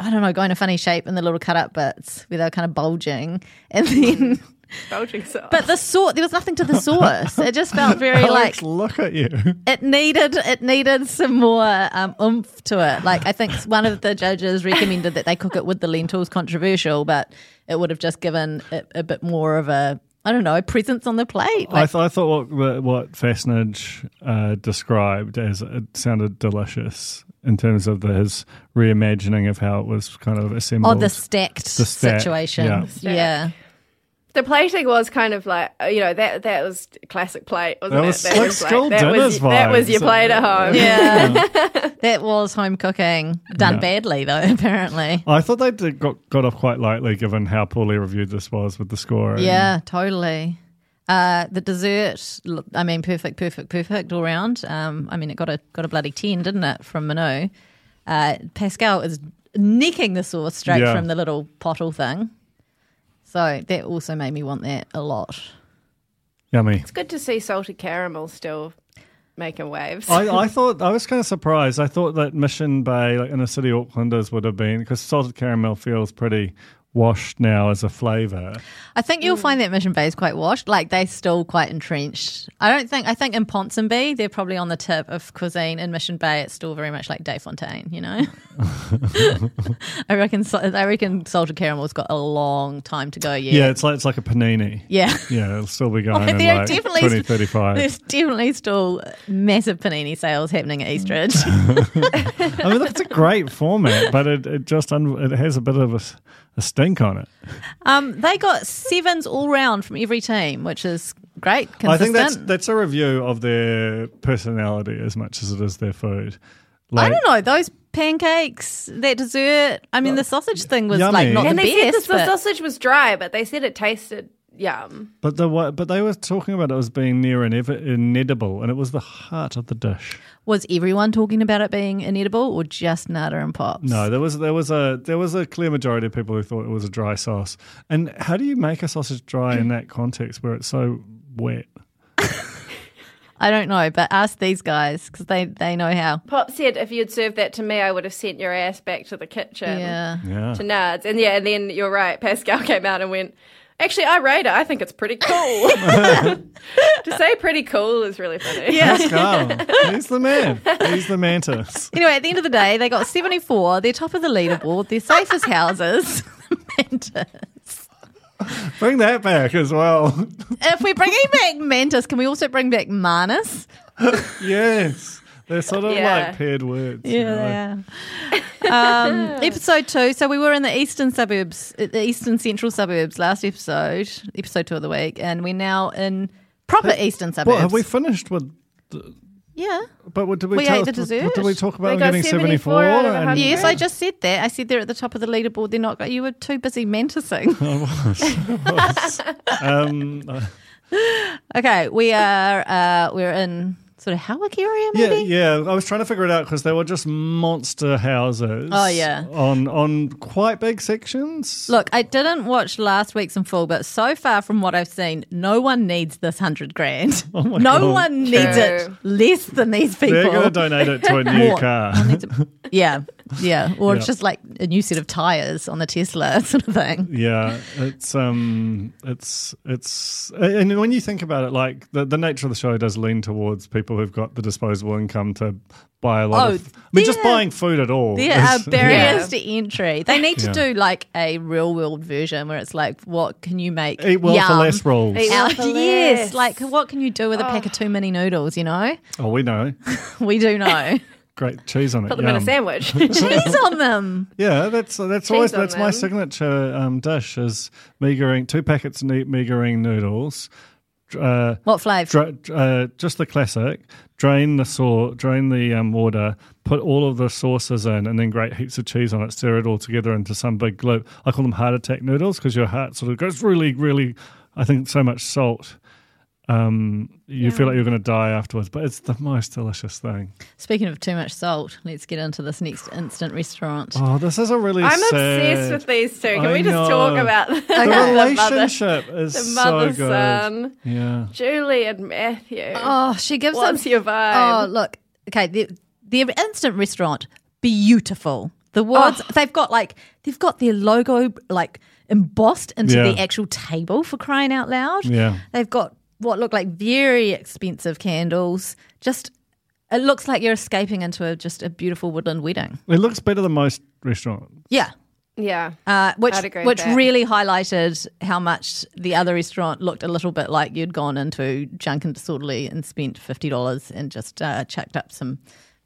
I don't know, going a funny shape in the little cut up bits where they were kind of bulging, and then.
Belgian sauce.
But the sauce, there was nothing to the sauce. It just
*laughs*
felt very like
Alex, look
*laughs*
at you.
it needed it needed some more um, oomph to it. Like I think one of the judges recommended that they cook it with the lentils. Controversial, but it would have just given it a bit more of a I don't know presence on the plate.
I,
Like,
th- I thought what what Fastnage uh, described as it sounded delicious in terms of the, his reimagining of how it was kind of
or
assembled.
the stacked
The stack,
situation.
yeah.
yeah.
The plating was kind of like uh, you know that that was classic plate, wasn't
That
it?
was like school
that was,
dinners
that was your
vibes.
plate at home.
Yeah. that was home cooking. Done
Yeah.
badly, though, *laughs* apparently.
I thought they did, got, got off quite lightly given how poorly reviewed this was with the score. and-
Yeah, totally. Uh, the dessert, l- I mean, perfect, perfect, perfect all round. Um, I mean, it got a got a bloody ten, didn't it, from Minot? Uh, Pascal is nicking the sauce straight
Yeah.
from the little pottle thing. So that also made me want that a lot. *laughs*
*laughs*
Yummy.
It's good to see salted caramel still making waves.
I, I thought I was kind of surprised. I thought that Mission Bay, like inner city Aucklanders, would have been because salted caramel feels pretty washed now as a flavour.
I think
Hmm.
you'll find that Mission Bay is quite washed. Like they still quite entrenched. I don't think. I think in Ponsonby they're probably on the tip of cuisine. In Mission Bay, it's still very much like Day Fontaine. You
*laughs*
know, I reckon. sa- I reckon salted caramel's got a long time to go yet.
Yeah, it's like it's like a panini.
Yeah.
Yeah, it'll still
*laughs*
be *laughs* going
Like,
in
there are
like
definitely- *laughs*
2035.
There's definitely still massive panini sales happening at Eastridge.
Hmm. I mean, that's a great format, but it, it just un- it has a bit of a, s- a stink on it.
um, *laughs* they got sevens all round from every team, which is great. Consistent.
I think that's that's a review of their personality as much as it is their food.
I
Like,
don't know those pancakes, that dessert. I mean, the sausage thing was like
Uh, Yummy.
not
and
the
they said
best.
this, the
but-
sausage was dry, but they said it tasted yum.
But the wa- but they were talking about it as being near inev- inedible, and it was the heart of the dish.
Was everyone talking about it being inedible or just Nada and Pops?
No, there was there was a there was a clear majority of people who thought it was a dry sauce. And how do you make a sausage dry in that context where it's so wet?
I don't know, but ask these guys because they, they know how.
Pop said, "If you'd served that to me, I would have sent your ass back to the kitchen."
Yeah.
Yeah,
to Nards. And yeah, and then you're right. Pascal *laughs* came out and went, Actually, I rate it. I think it's pretty
*laughs*
cool. to say pretty cool is really funny. Yeah.
*laughs*
Pascal, he's the man. He's the mantis.
Anyway, at the end of the day, they got 74. They're top of the leaderboard. They're safe as
*laughs*
houses. Mantis.
Bring that back as well. *laughs*
If we're bringing back Mantis, can we also bring back Marnus?
yes, they're sort of
Yeah.
like paired words. you know.
Yeah, they are. um, episode two. So we were in the eastern suburbs, uh, the eastern central suburbs last episode, episode two of the week, and we're now in proper eastern suburbs.
What have we finished with?
yeah.
But what did we?
We
tell,
ate the
what- What did
dessert.
we talk about?
We
on
got
getting
74
74
out of
and-
100.
Yes, E I just said that. I said they're at the top of the leaderboard. They're not. You were too busy mantising. *laughs*
um, uh,
okay, we are. Uh, we're in sort of Howick area,
yeah,
maybe.
yeah. I was trying to figure it out because they were just monster houses.
Oh, yeah.
on on quite big sections.
Look, I didn't watch last week's in full, but so far from what I've seen, no one needs this hundred grand. no
Oh God.
one needs it
True.
less than these people.
They're going to donate it to a new
*laughs* More.
car.
yeah, yeah, or
Yeah.
it's just like a new set of tires on the Tesla *laughs* sort of thing.
yeah, it's um, it's it's, and when you think about it, like the, the nature of the show does lean towards people who've got the disposable income to buy a lot.
Oh,
of, I mean, just
there-
buying food at all.
There
*laughs*
are
uh,
is-
barriers to entry. They need to
Yeah.
do like a real world version where it's like, what can you make?
Eat well for
yum?
less rules.
Eat well
Out,
for
yes,
less.
like what can you do with a pack of too many noodles? You know,
Oh, we know.
we do *laughs* know.
Great cheese on
*laughs*
it.
Put them in a
yum. *laughs*
sandwich.
Cheese on them.
Yeah, that's uh, that's always
on
that's my
them.
signature um, dish is meagering two packets of neat meagering noodles. Uh,
What flavour?
dra- uh, just the classic. Drain the saw, drain the um, water, put all of the sauces in, and then grate heaps of cheese on it. Stir it all together into some big loop. I call them heart attack noodles because your heart sort of goes really, really. I think so much salt. Um, you feel like you're going to die afterwards, but it's the most delicious thing.
Speaking of too much salt, let's get into this next instant restaurant.
Oh, this is a really.
I'm obsessed
sad-
with these two. Can
I
we just
know.
talk about *laughs* the,
*laughs* The
mother,
relationship is
the
so
mother
good.
son,
Yeah.
Julie and Matthew?
Oh, she gives
What's
them-
your vibe?
Oh, look. Okay, the the instant restaurant, beautiful. The words
Oh.
they've got like they've got their logo like embossed into
Yeah.
the actual table for crying out loud.
Yeah.
They've got what look like very expensive candles. Just it looks like you're escaping into a just a beautiful woodland wedding.
It looks better than most restaurants.
Yeah.
yeah.
Uh, which
I'd agree with
which
that.
really highlighted how much the other restaurant looked a little bit like you'd gone into junk and disorderly and spent fifty dollars and just uh, chucked up some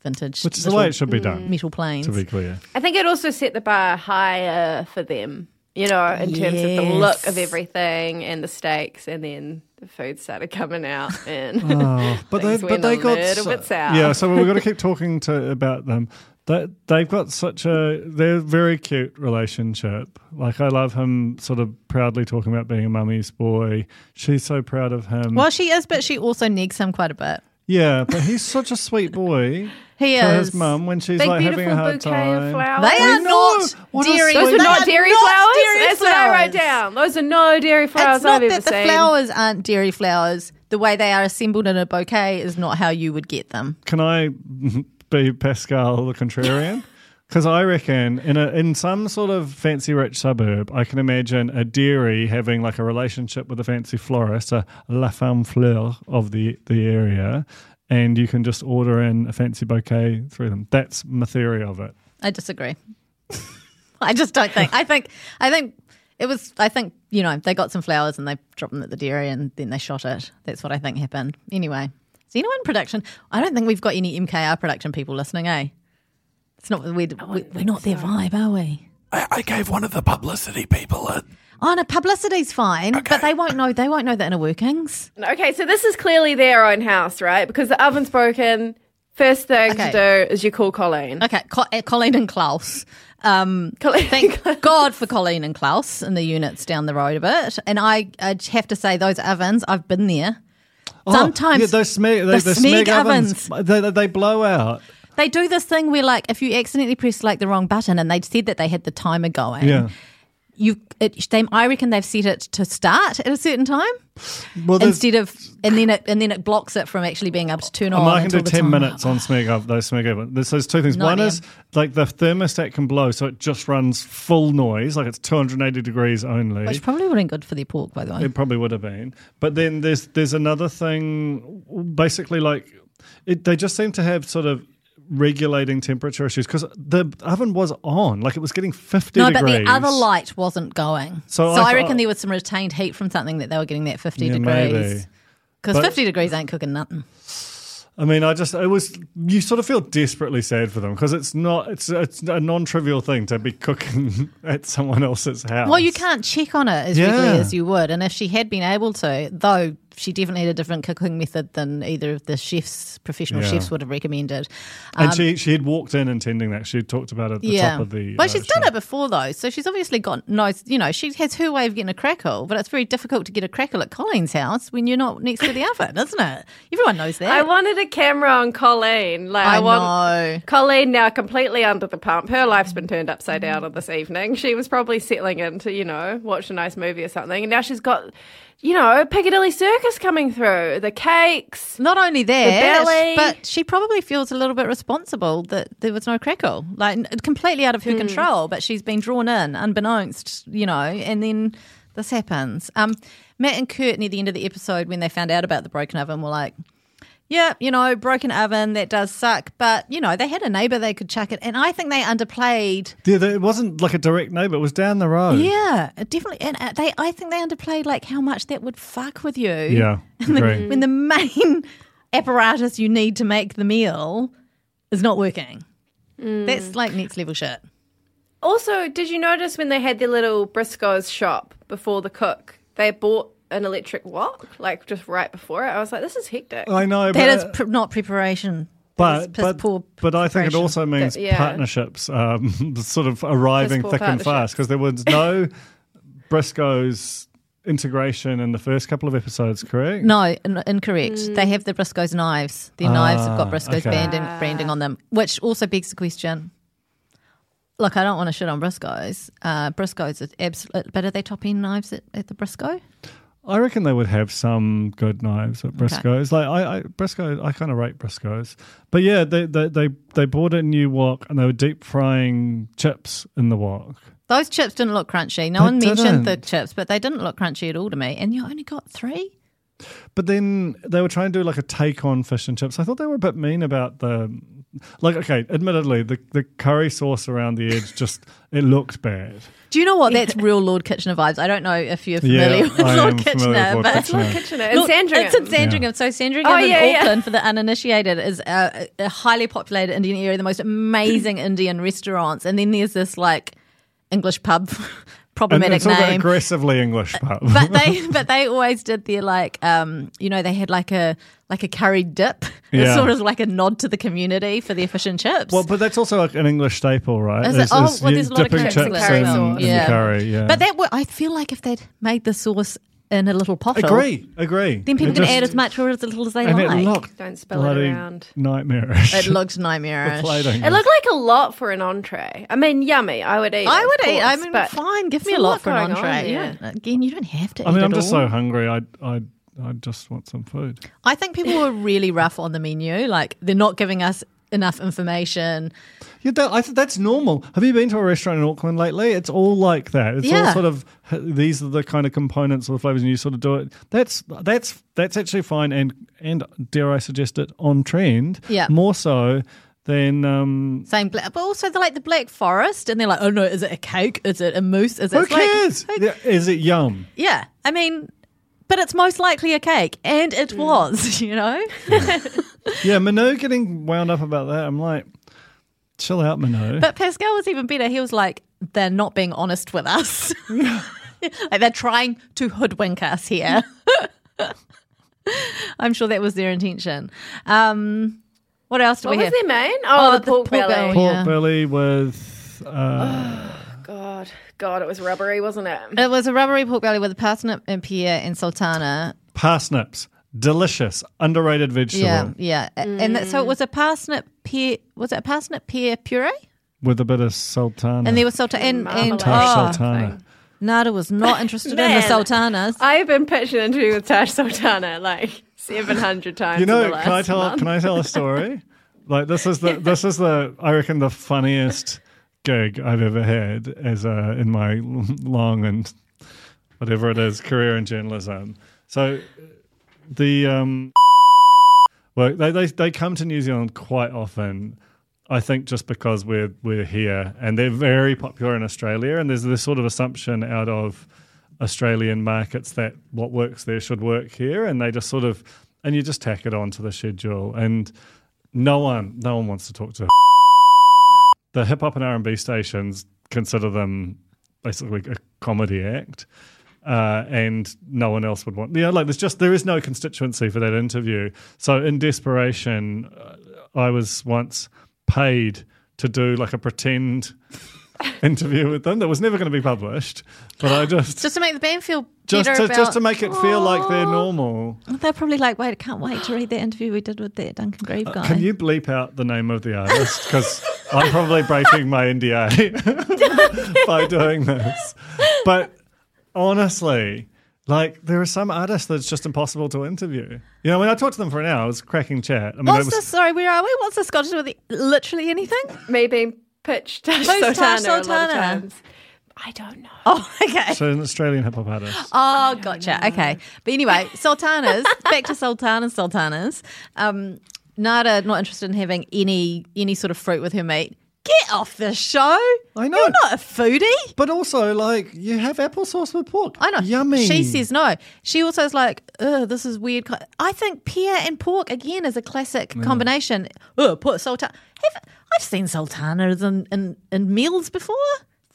vintage,
Which is the
little
Mm.
way it should be done,
metal planes.
to be clear.
I think it also set the bar higher for them. you know, in terms of the look of
Yes.
everything and the steaks, and then the food started coming out and
Oh, but they
things
but
went
they
a
got
little
su-
bit sour.
Yeah, so we've got to keep talking to about them. They they've got such a they're a very cute relationship. Like I love him sort of proudly talking about being a mummy's boy. She's so proud of him.
Well, she is, but she also negs him quite a bit.
Yeah, but he's such a
*laughs*
sweet boy.
He
to
is.
his mum when
*laughs*
she's
big
like having
beautiful
a hard
bouquet
time.
of flowers.
They are
know.
not
What a
dairy.
sweet-
Those
they
are not dairy flowers.
dairy
That's what I wrote
flowers.
down. Those are no dairy flowers
It's not
I've
that
ever
the
seen.
flowers aren't dairy flowers. The way they are assembled in a bouquet is not how you would get them.
Can I *laughs* be Pascal the *laughs* contrarian? Because I reckon in a, in some sort of fancy rich suburb, I can imagine a dairy having like a relationship with a fancy florist, a la femme fleur of the the area, and you can just order in a fancy bouquet through them. That's my theory of it.
I disagree. I just don't think. I think. I think it was. I think you know they got some flowers and they dropped them at the dairy and then they shot it. That's what I think happened. Anyway, is anyone in production? I don't think we've got any MKR production people listening. Eh? It's not. We're, we're not their vibe, are we?
I, I gave one of the publicity people a.
Oh no, publicity's fine,
Okay.
but they won't know. They won't know the inner workings.
Okay, so this is clearly their own house, right? Because the oven's broken. First thing
Okay.
to do is you call Colleen.
Okay, Co- uh, Colleen and Klaus. Um, thank God for Colleen and Klaus and the units down the road a bit. And I, I have to say, those ovens, I've been there. Sometimes
Oh, yeah, those smeg, they,
the
the
smeg
smeg ovens, they, they, they blow out.
they do this thing where, like, if you accidentally press like the wrong button, and they said that they had the timer going.
Yeah.
You, it, they, I reckon they've set it to start at a certain time
Well, there's-
instead of, and then it and then it blocks it from actually being able to turn on.
Um, I can
until
do
the
10
time-
minutes on Smeg Oven, those Smeg Oven. There's, there's two things.
Not
One
me.
is like the thermostat can blow, so it just runs full noise, like it's 280 degrees only.
which probably wouldn't good for their pork, by the way.
It probably would have been. But then there's there's another thing, basically like it, they just seem to have sort of regulating temperature issues because the oven was on, like it was getting 50
No,
degrees.
but the other light wasn't going.
So
So,
I
I,
thought-
reckon there was some retained heat from something that they were getting that 50
Yeah, maybe.
degrees. Because
But-
50 degrees ain't cooking nothing.
I mean, I just it was you sort of feel desperately sad for them because it's not it's it's a non-trivial thing to be cooking *laughs* at someone else's house.
Well, you can't check on it as
Oh, Yeah.
regularly as you would. And if she had been able to, though she definitely had a different cooking method than either of the chefs, professional
Yeah.
chefs, would have recommended.
And
um,
she she had walked in intending that. She had talked about it at the top of the.
well,
uh,
she's done
show.
it before though, so she's obviously got knows. You know, she has her way of getting a crackle, but it's very difficult to get a crackle at Colleen's house when you're not next to the oven, isn't it? Everyone knows that.
I wanted a camera on Colleen. Like I,
I
want
know.
Colleen now completely under the pump. Her life's been turned upside down on this evening. She was probably settling into, you know, watch a nice movie or something. And now she's got, you know, Piccadilly Circus coming through, the cakes.
Not only that,
belly.
but she probably feels a little bit responsible that there was no crackle, like n- completely out of her control. But she's been drawn in, unbeknownst, you know, and then this happens. Um, Matt and Kurt near the end of the episode, when they found out about the broken oven, were like, "Yeah, you know, broken oven that does suck." But you know, they had a neighbour they could chuck it, and I think they underplayed.
Yeah, there- it wasn't like a direct neighbor. It was down the road.
Yeah, definitely, and uh, they. I think they underplayed like how much that would fuck with you. *laughs*
Yeah, agree.
when the main *laughs* apparatus you need to make the meal is not working. That's like next level shit.
Also, did you notice when they had their little Briscoe's shop before the cook, they bought an electric wok, like just right before it? I was like, this is hectic.
I know. but, uh,
That is pr- not preparation. That is
but
piss
but,
poor
but I think it
preparation.
also means
That- yeah.
partnerships um, *laughs* sort of arriving
Piss-poor
thick and fast
partnerships.
because there was
*laughs*
no Briscoe's integration in the first couple of episodes, correct?
No, in- incorrect. They have the Briscoe's knives. Their knives have got Briscoe's
Ah, okay.
branding, branding on them, which also begs the question. Look, I don't want to shit on Briscoe's. Uh, Briscoe's is absolute, but are they top end knives at, at the Briscoe?
I reckon they would have some good knives at Briscoe's. Like I, I Briscoe, I kind of rate Briscoe's. But yeah, they, they they they bought a new wok and they were deep frying chips in the wok.
Those chips didn't look crunchy. No
They
one mentioned the
didn't.
chips, but they didn't look crunchy at all to me. And you only got three?
But then they were trying to do like a take on fish and chips. I thought they were a bit mean about the like. Okay, admittedly, the the curry sauce around the edge just it looked bad.
Do you know what?
*laughs*
That's real Lord Kitchener vibes. I don't know if you're familiar with
I am
Lord
familiar
Kitchener,
with Lord
but
Kitchener.
Kitchener in Sandringham.
It's in Sandringham. So Sandringham
Oh, yeah,
in
yeah.
Auckland, for the uninitiated, is a, a highly populated Indian
*coughs*
area, the most amazing Indian restaurants. And then there's this like English pub *laughs*
And
problematic
it's all that
name.
aggressively English part.
*laughs* but they but they always did their like um you know they had like a like a curry dip it's
Yeah.
sort of like a nod to the community for their fish and chips
*laughs* well, but that's also like an English staple, right?
Is it? Oh, well,
you
there's a lot of
dipping
chips and
chips
curry
in,
sauce.
in the
Yeah.
curry, yeah.
but that were, I feel like if they'd made the sauce in a little pottle
agree, agree.
then people
It
can
just-
add as much or as little as they
and
like
it looked
Don't spill it
bloody
around.
nightmarish.
it looked
*laughs* The
nightmarish
plating.
It looked like a lot for an entree. I mean, yummy. I would eat.
I
of
would eat I
course,
mean
but
fine give me
it's
a
a
lot
lot
for an
going on
entree
there.
yeah. again you don't have to
I
eat
mean,
it
I'm just
all.
so hungry. I I I just want some food.
I think people were really rough on the menu like they're not giving us enough information
Yeah, that, I, th- that's normal. Have you been to a restaurant in Auckland lately? It's all like that. It's
Yeah.
all sort of h- these are the kind of components or the flavors, and you sort of do it. That's that's that's actually fine, and and dare I suggest it on trend.
Yeah.
more so than um,
Same, bla- but also they're like the Black Forest, and they're like, oh no, is it a cake? Is it a moose? Is it?
who
it's like-
cares?
like-
Yeah, is it yum?
yeah, I mean, but it's most likely a cake, and it was, *laughs* you know.
Yeah, Manu getting wound up about that. I'm like, chill out, Manu.
But Pascal was even better. He was like, they're not being honest with
*laughs*
us. like they're trying to hoodwink us here. *laughs* I'm sure that was their intention. Um, what else do we
What was
have?
their main? Oh, the, pork, belly.
Pork
yeah.
belly with uh,
God, God, it was rubbery, wasn't it?
It was a rubbery pork belly with a parsnip and pear and sultana.
parsnips, delicious, underrated vegetable
Yeah, yeah. A- And that, so it was a parsnip pear. Was it a parsnip pear puree?
with a bit of sultana.
And there was sultana.
Mm,
And, and
Tash
oh,
sultana.
Nada was not interested in the
Man.
sultanas.
I've been pitching into with Tash Sultana like seven hundred times.
You know,
in the
can I
last
tell?
month.
Can I tell
*laughs*
a story? like this is the this is the I reckon the funniest gig I've ever had as a in my long and whatever it is career in journalism. So the um, well they, they they come to New Zealand quite often. I think just because we're we're here and they're very popular in Australia and there's this sort of assumption out of Australian markets that what works there should work here and they just sort of and you just tack it onto the schedule and no one no one wants to talk to *laughs* the hip hop and R and B stations consider them basically a comedy act, uh, and no one else would want. You know, like there's just there is no constituency for that interview. So in desperation, uh, I was once paid to do like a pretend *laughs* interview with them that was never going to be published, but I just.
Just to make the band feel
just
better
to,
about,
just to make it feel like they're normal.
They're probably like, wait, I can't wait to read the interview we did with that Duncan Grieve guy.
Uh, Can you bleep out the name of the artist? Because I'm probably breaking my NDA *laughs* by doing this. But honestly, like there are some artists that's just impossible to interview. You know, when I talked to them for an hour, it was cracking chat. I mean,
What's
it was
this? Sorry, where are we? What's this got to do with the, literally anything? *laughs*
Me being pitched Tash
Who's
Sultana,
Tash
a lot
Sultana?
of times. I don't know.
Oh, okay.
so an Australian hip hop artist.
Oh, gotcha. Okay. But anyway,
*laughs*
sultanas, back to sultanas, sultanas. Um, Nada not interested in having any any sort of fruit with her meat. Get off the show.
I know.
You're not a foodie.
But also, like you have applesauce with pork.
I know.
Yummy.
She says no. She also is like, Ugh, this is weird. co-" I think pear and pork again is a classic combination. Oh, put sultana. Have, I've seen sultanas in, in, in meals before.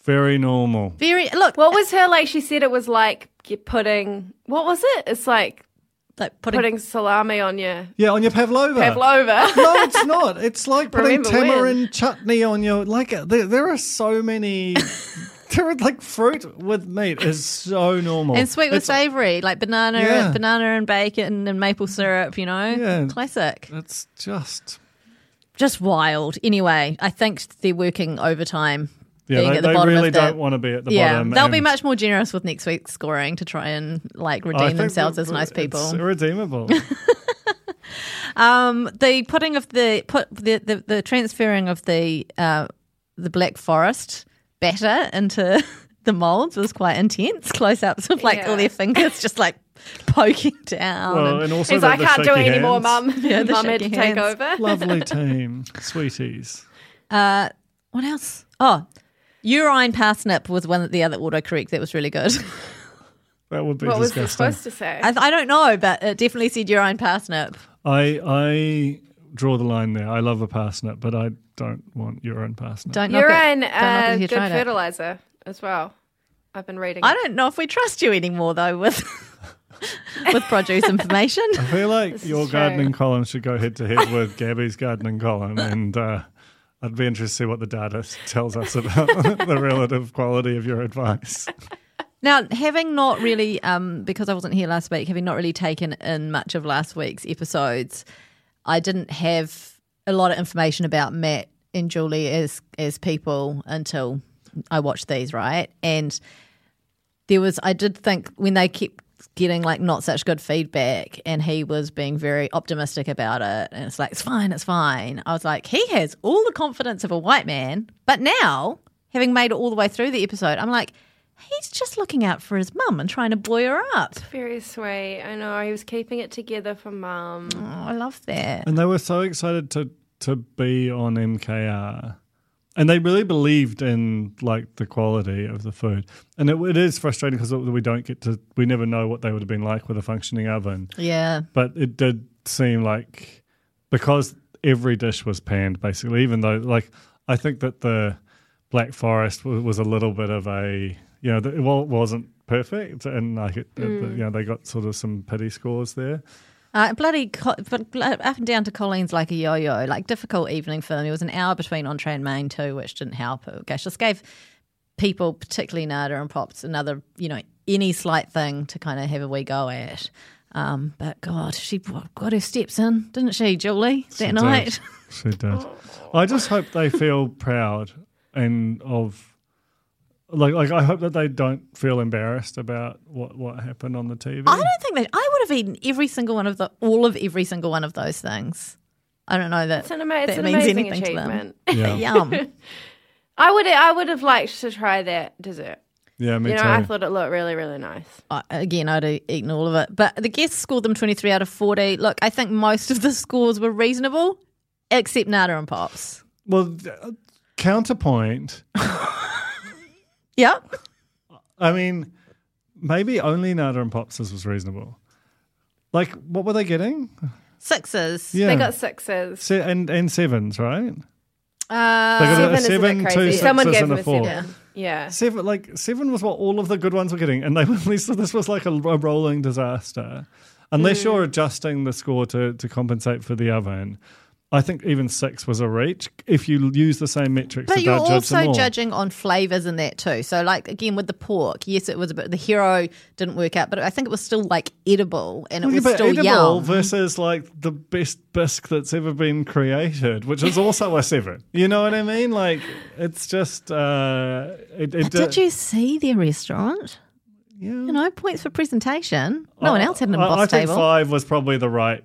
very normal.
Very look,
What was her like? She said it was like you're putting. What was it? It's like
like putting,
putting salami on your
Yeah, on your pavlova.
Uh, *laughs*
pavlova.
No, it's not. It's like putting
Remember when.
tamarind chutney on your like. uh, There, there are so
*laughs*
many. there are, like fruit with meat is so normal
and sweet with
It's-
savory, like banana,
Yeah.
banana and bacon and maple syrup. You know,
Yeah.
classic.
It's just
Just wild. Anyway, I think they're working overtime.
yeah.
being
They,
at the
they
bottom
really
of the,
don't want to be at the
yeah,
bottom.
they'll be
and
much more generous with next week's scoring to try and like
I
redeem
think
themselves
that-
as nice people. *laughs*
It's irredeemable.
the putting of the put the the, the transferring of the uh, the black forest batter into *laughs* the molds was quite intense. Close ups of like all
Yeah.
their fingers *laughs* just like poking down.
well,
and-
and also
He's
the,
like,
the
I can't do it
shaky
anymore,
*laughs*
hands.
Mum.
Yeah, the
*laughs* Mum had to
shaky
take
hands.
over.
Lovely team, sweeties.
uh, what else? Oh, urine parsnip was one of the other autocorrect that was really good. *laughs*
That would be
What was
disgusting.
it supposed to say?
I, I don't know, but it definitely said urine parsnip.
I I draw the line there. I love a parsnip, but I don't want your own parsnip.
Don't knock it. Don't
Urine,
knock it
uh,
if you
good
tried it.
fertilizer as well. I've been reading.
I don't know if we trust you anymore though with *laughs* with
*laughs*
produce information.
I feel like
This
your
is true.
gardening column should go head to head with Gabby's gardening column, and uh, I'd be interested to see what the data s- tells us about *laughs* the relative quality of your advice.
Now, having not really, um, because I wasn't here last week, having not really taken in much of last week's episodes, I didn't have a lot of information about Matt and Julie as as people until I watched these, right? And there was, I did think when they kept getting like not such good feedback, and he was being very optimistic about it, and it's like it's fine, it's fine. I was like, he has all the confidence of a white man, but now having made it all the way through the episode, I'm like. He's just looking out for his mum and trying to buoy her up.
Very sweet. I know. He was keeping it together for mum.
Oh, I love that.
And they were so excited to to be on MKR, and they really believed in like the quality of the food. And it, it is frustrating because we don't get to, we never know what they would have been like with a functioning oven.
Yeah.
but it did seem like because every dish was panned basically even though like i think that the black forest was, was a little bit of a you know the, it wa- wasn't perfect and like it, it-
Mm.
you know they got sort of some pity scores there
Uh, bloody, co- but bl- up and down to Colleen's like a yo yo. Like, difficult evening for them. It was an hour between entree and main, too, which didn't help. It gosh, just gave people, particularly Nada and Pops, another, you know, any slight thing to kind of have a wee go at. Um, but God, she w- got her steps in, didn't she, Julie, that
She did.
night?
she did
Oh.
i just hope they feel proud and of like like i hope that they don't feel embarrassed about what what happened on the tv
I don't think that I would have eaten every single one of the, all of every single one of those things. I don't know that
It's an, ama- it's
that
an
means
amazing
anything to them.
achievement.
yeah yeah,
Yum.
*laughs* I would I would have liked to try that dessert.
me
you know,
too
I thought it looked really, really nice.
I- again, I'd have eaten all of it. But the guests scored them 23 out of 40. Look, I think most of the scores were reasonable, except Nada and Pops.
well th- uh, counterpoint
Yeah.
I mean, maybe only Nada and Popsis was reasonable. Like, what were they getting?
Sixes.
Yeah,
They got sixes.
Se- and and sevens, right?
Uh,
They got
Seven is a bit
two
crazy.
sixes,
Someone gave
and
them
a
a
four.
seven. Yeah.
Seven, like seven, was what all of the good ones were getting, and they *laughs* were, so this was like a, a rolling disaster. Unless
Hmm.
you're adjusting the score to to compensate for the oven, I think even six was a reach if you use the same metrics.
but
to
you're
judge them
also
all.
judging on flavors in that too. So, like again with the pork, yes, it was a bit. The hero didn't work out, but I think it was still like edible and it
Yeah,
was
but
still
edible
yum.
versus like the best bisque that's ever been created, which is also a seven. You know what I mean? Like it's just uh, it, it
Did you see their restaurant?
Yeah.
You know, points for presentation. No one else had an
I,
embossed
I think
table.
five was probably the right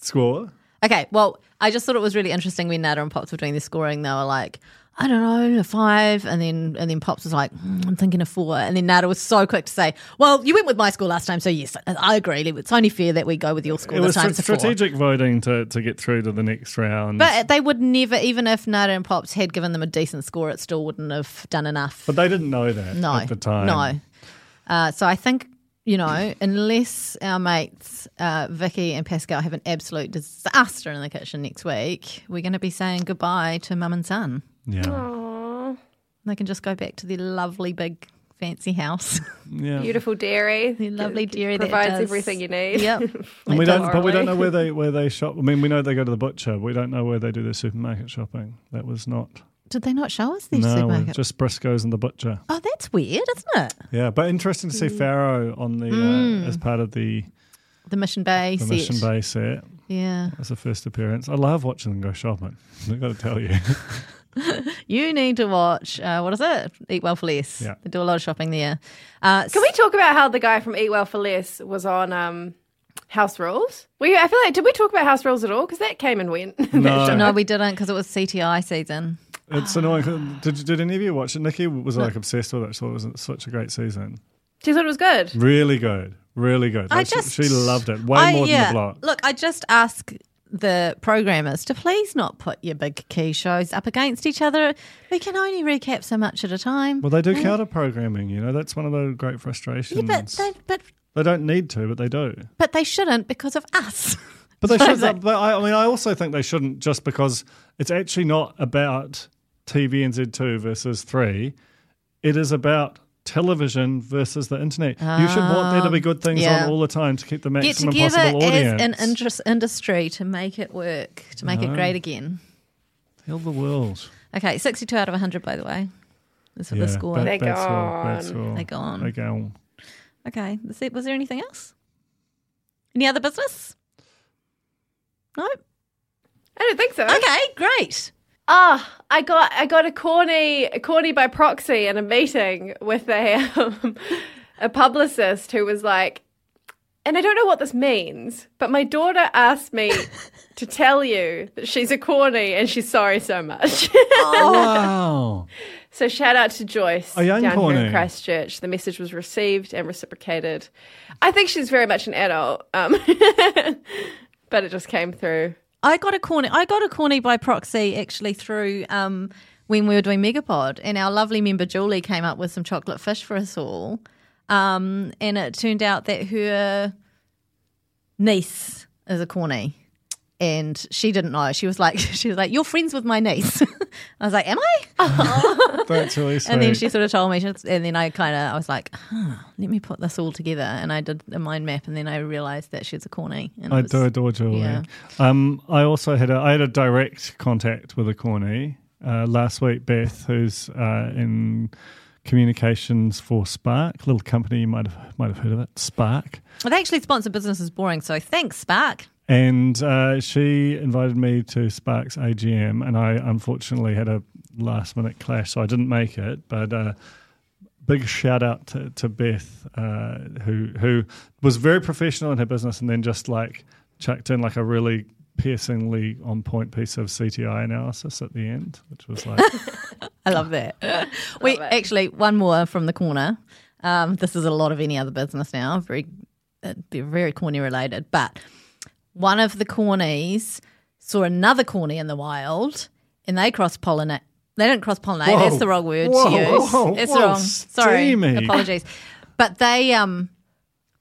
score.
Okay, well, I just thought it was really interesting when Nada and Pops were doing the scoring. They were like, I don't know, a five, and then and then Pops was like, "Mm, I'm thinking a four, and then Nada was so quick to say, Well, you went with my score last time, so yes, I- I agree. It's only fair that we go with your score
it
this
was
time. it's
str-
a four."
strategic voting to, to get through to the next round.
But they would never, even if Nada and Pops had given them a decent score, it still wouldn't have done enough.
But they didn't know that
no,
at the time.
no. Uh, so I think you know, unless our mates uh, Vicky and Pascal have an absolute disaster in the kitchen next week, we're going to be saying goodbye to mum and son.
Yeah.
They can just go back to their lovely big fancy house. *laughs*
Yeah.
Beautiful dairy.
their lovely dairy
Provides
that does.
everything you need. *laughs*
Yep.
And we
It
don't,
does.
but we don't know
*laughs*
where they where they shop. I mean, we know they go to the butcher. We don't know where they do their supermarket shopping. That was not
Did they not show us their
no, we're
supermarket?
just Briscoes and the butcher.
Oh, that's weird, isn't it?
Yeah, but interesting to see
Hmm.
Pharaoh on the uh, as part of the
The Mission Bay set.
Mission Bay set
Yeah.
as a first appearance. I love watching them go shopping. *laughs* I got to tell
*laughs*
you,
You need to watch, uh, what is it? Eat Well for Less.
Yeah.
They do a lot of shopping there. Uh,
Can we talk about how the guy from Eat Well for Less was on um, House Rules? We I feel like did we talk about House Rules at all? Because that came and went. *laughs* That
No.
show.
no, we didn't because it was CTI season.
it's annoying. 'cause- Did you- did any of you watch it? Nikki was like obsessed with it. She thought it was such a great season.
She thought it was good.
Really good, really good.
I
Like, she-
just
she, loved it way
I-
more
yeah.
than the block.
Look, I just ask the programmers to please not put your big key shows up against each other. We can only recap so much at a time.
Well, they do counter programming. You know, that's one of the great frustrations.
yeah, but they, but
They don't need to, but they do.
but they shouldn't because of us.
But they
So
should.
they-
But I, I mean, I also think they shouldn't just because it's actually not about TVNZ two versus three. It is about television versus the internet. you should want there to be good things
Ah, yeah.
on all the time to keep
*laughs*
the
Get
maximum
together
possible audience.
as an interest industry to make it work, to make it
No.
great again.
Heal the world.
Okay, 62 out of 100, by the way. That's what
Yeah,
the score.
that-
They're
that's all, that's
gone.
all.
They're gone.
They're gone.
Okay, that's it. was there anything else? Any other business? No?
I don't think so.
Okay, great.
Ah, I got I got a corny a corny by proxy in a meeting with a *laughs* um, a publicist who was like, and I don't know what this means, but my daughter asked me to tell you that she's a corny and she's sorry so much. *laughs*
Oh.
wow.
so shout out to Joyce
A young
down here
corny.
in Christchurch. The message was received and reciprocated. I think she's very much an adult, um, *laughs* but it just came through.
I got a corny. I got a corny by proxy actually through um, when we were doing Megapod, and our lovely member Julie came up with some chocolate fish for us all, um, and it turned out that her niece is a corny, and she didn't know. She was like, *laughs* she was like, "You're friends with my niece." *laughs* I was like, "Am I?"
That's really sweet.
And then she sort of told me, she- and then I kind of I was like, huh, "Let me put this all together," and I did a mind map, and then I realized that she's a corny. And it
I
was-
do adore Julie.
yeah.
Um, I also had a I had a direct contact with a corny uh, last week. Beth, who's uh, in communications for Spark, little company you might have might have heard of it, Spark.
Well, They actually sponsor Business is Boring, so thanks, Spark.
And uh, she invited me to Sparks AGM, and I unfortunately had a last minute clash, so I didn't make it. But uh, big shout out to, to Beth, uh, who who was very professional in her business, and then just like chucked in like a really piercingly on point piece of CTI analysis at the end, which was like
I love
*laughs*
that. *laughs* we actually one more from the corner. Um, this is a lot of any other business now. Very, uh, they're very corny related. But one of the cornies saw another corny in the wild, and they cross pollinate. They didn't cross pollinate.
Whoa.
That's the wrong word
Whoa,
to use.
whoa,
it's
whoa,
wrong. Sorry,
steamy.
apologies. But they um.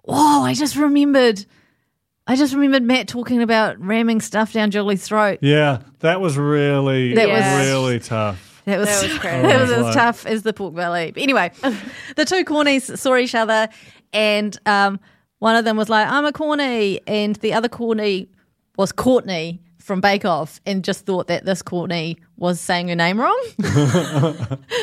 Oh, I just remembered. I just remembered Matt talking about ramming stuff down Julie's throat.
yeah, that was really
That
was-
really tough.
That was, *laughs*
That was crazy.
that was
Oh,
as
wow.
tough as the pork belly. But
*laughs*
anyway, the two cornies saw each other, and um, one of them was like, "I'm a corny," and the other corny was Courtney from Bake Off, and just thought that this Courtney was saying her name *laughs* wrong.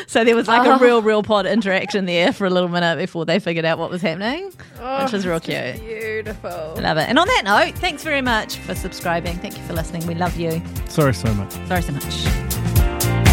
so there was like
Oh.
a real, real pod interaction there for a little minute before they figured out what was happening,
Oh.
which was real cute.
Beautiful.
Love it. And on that note, thanks very much for subscribing. Thank you for listening. We love you.
Sorry so much.
Sorry so much.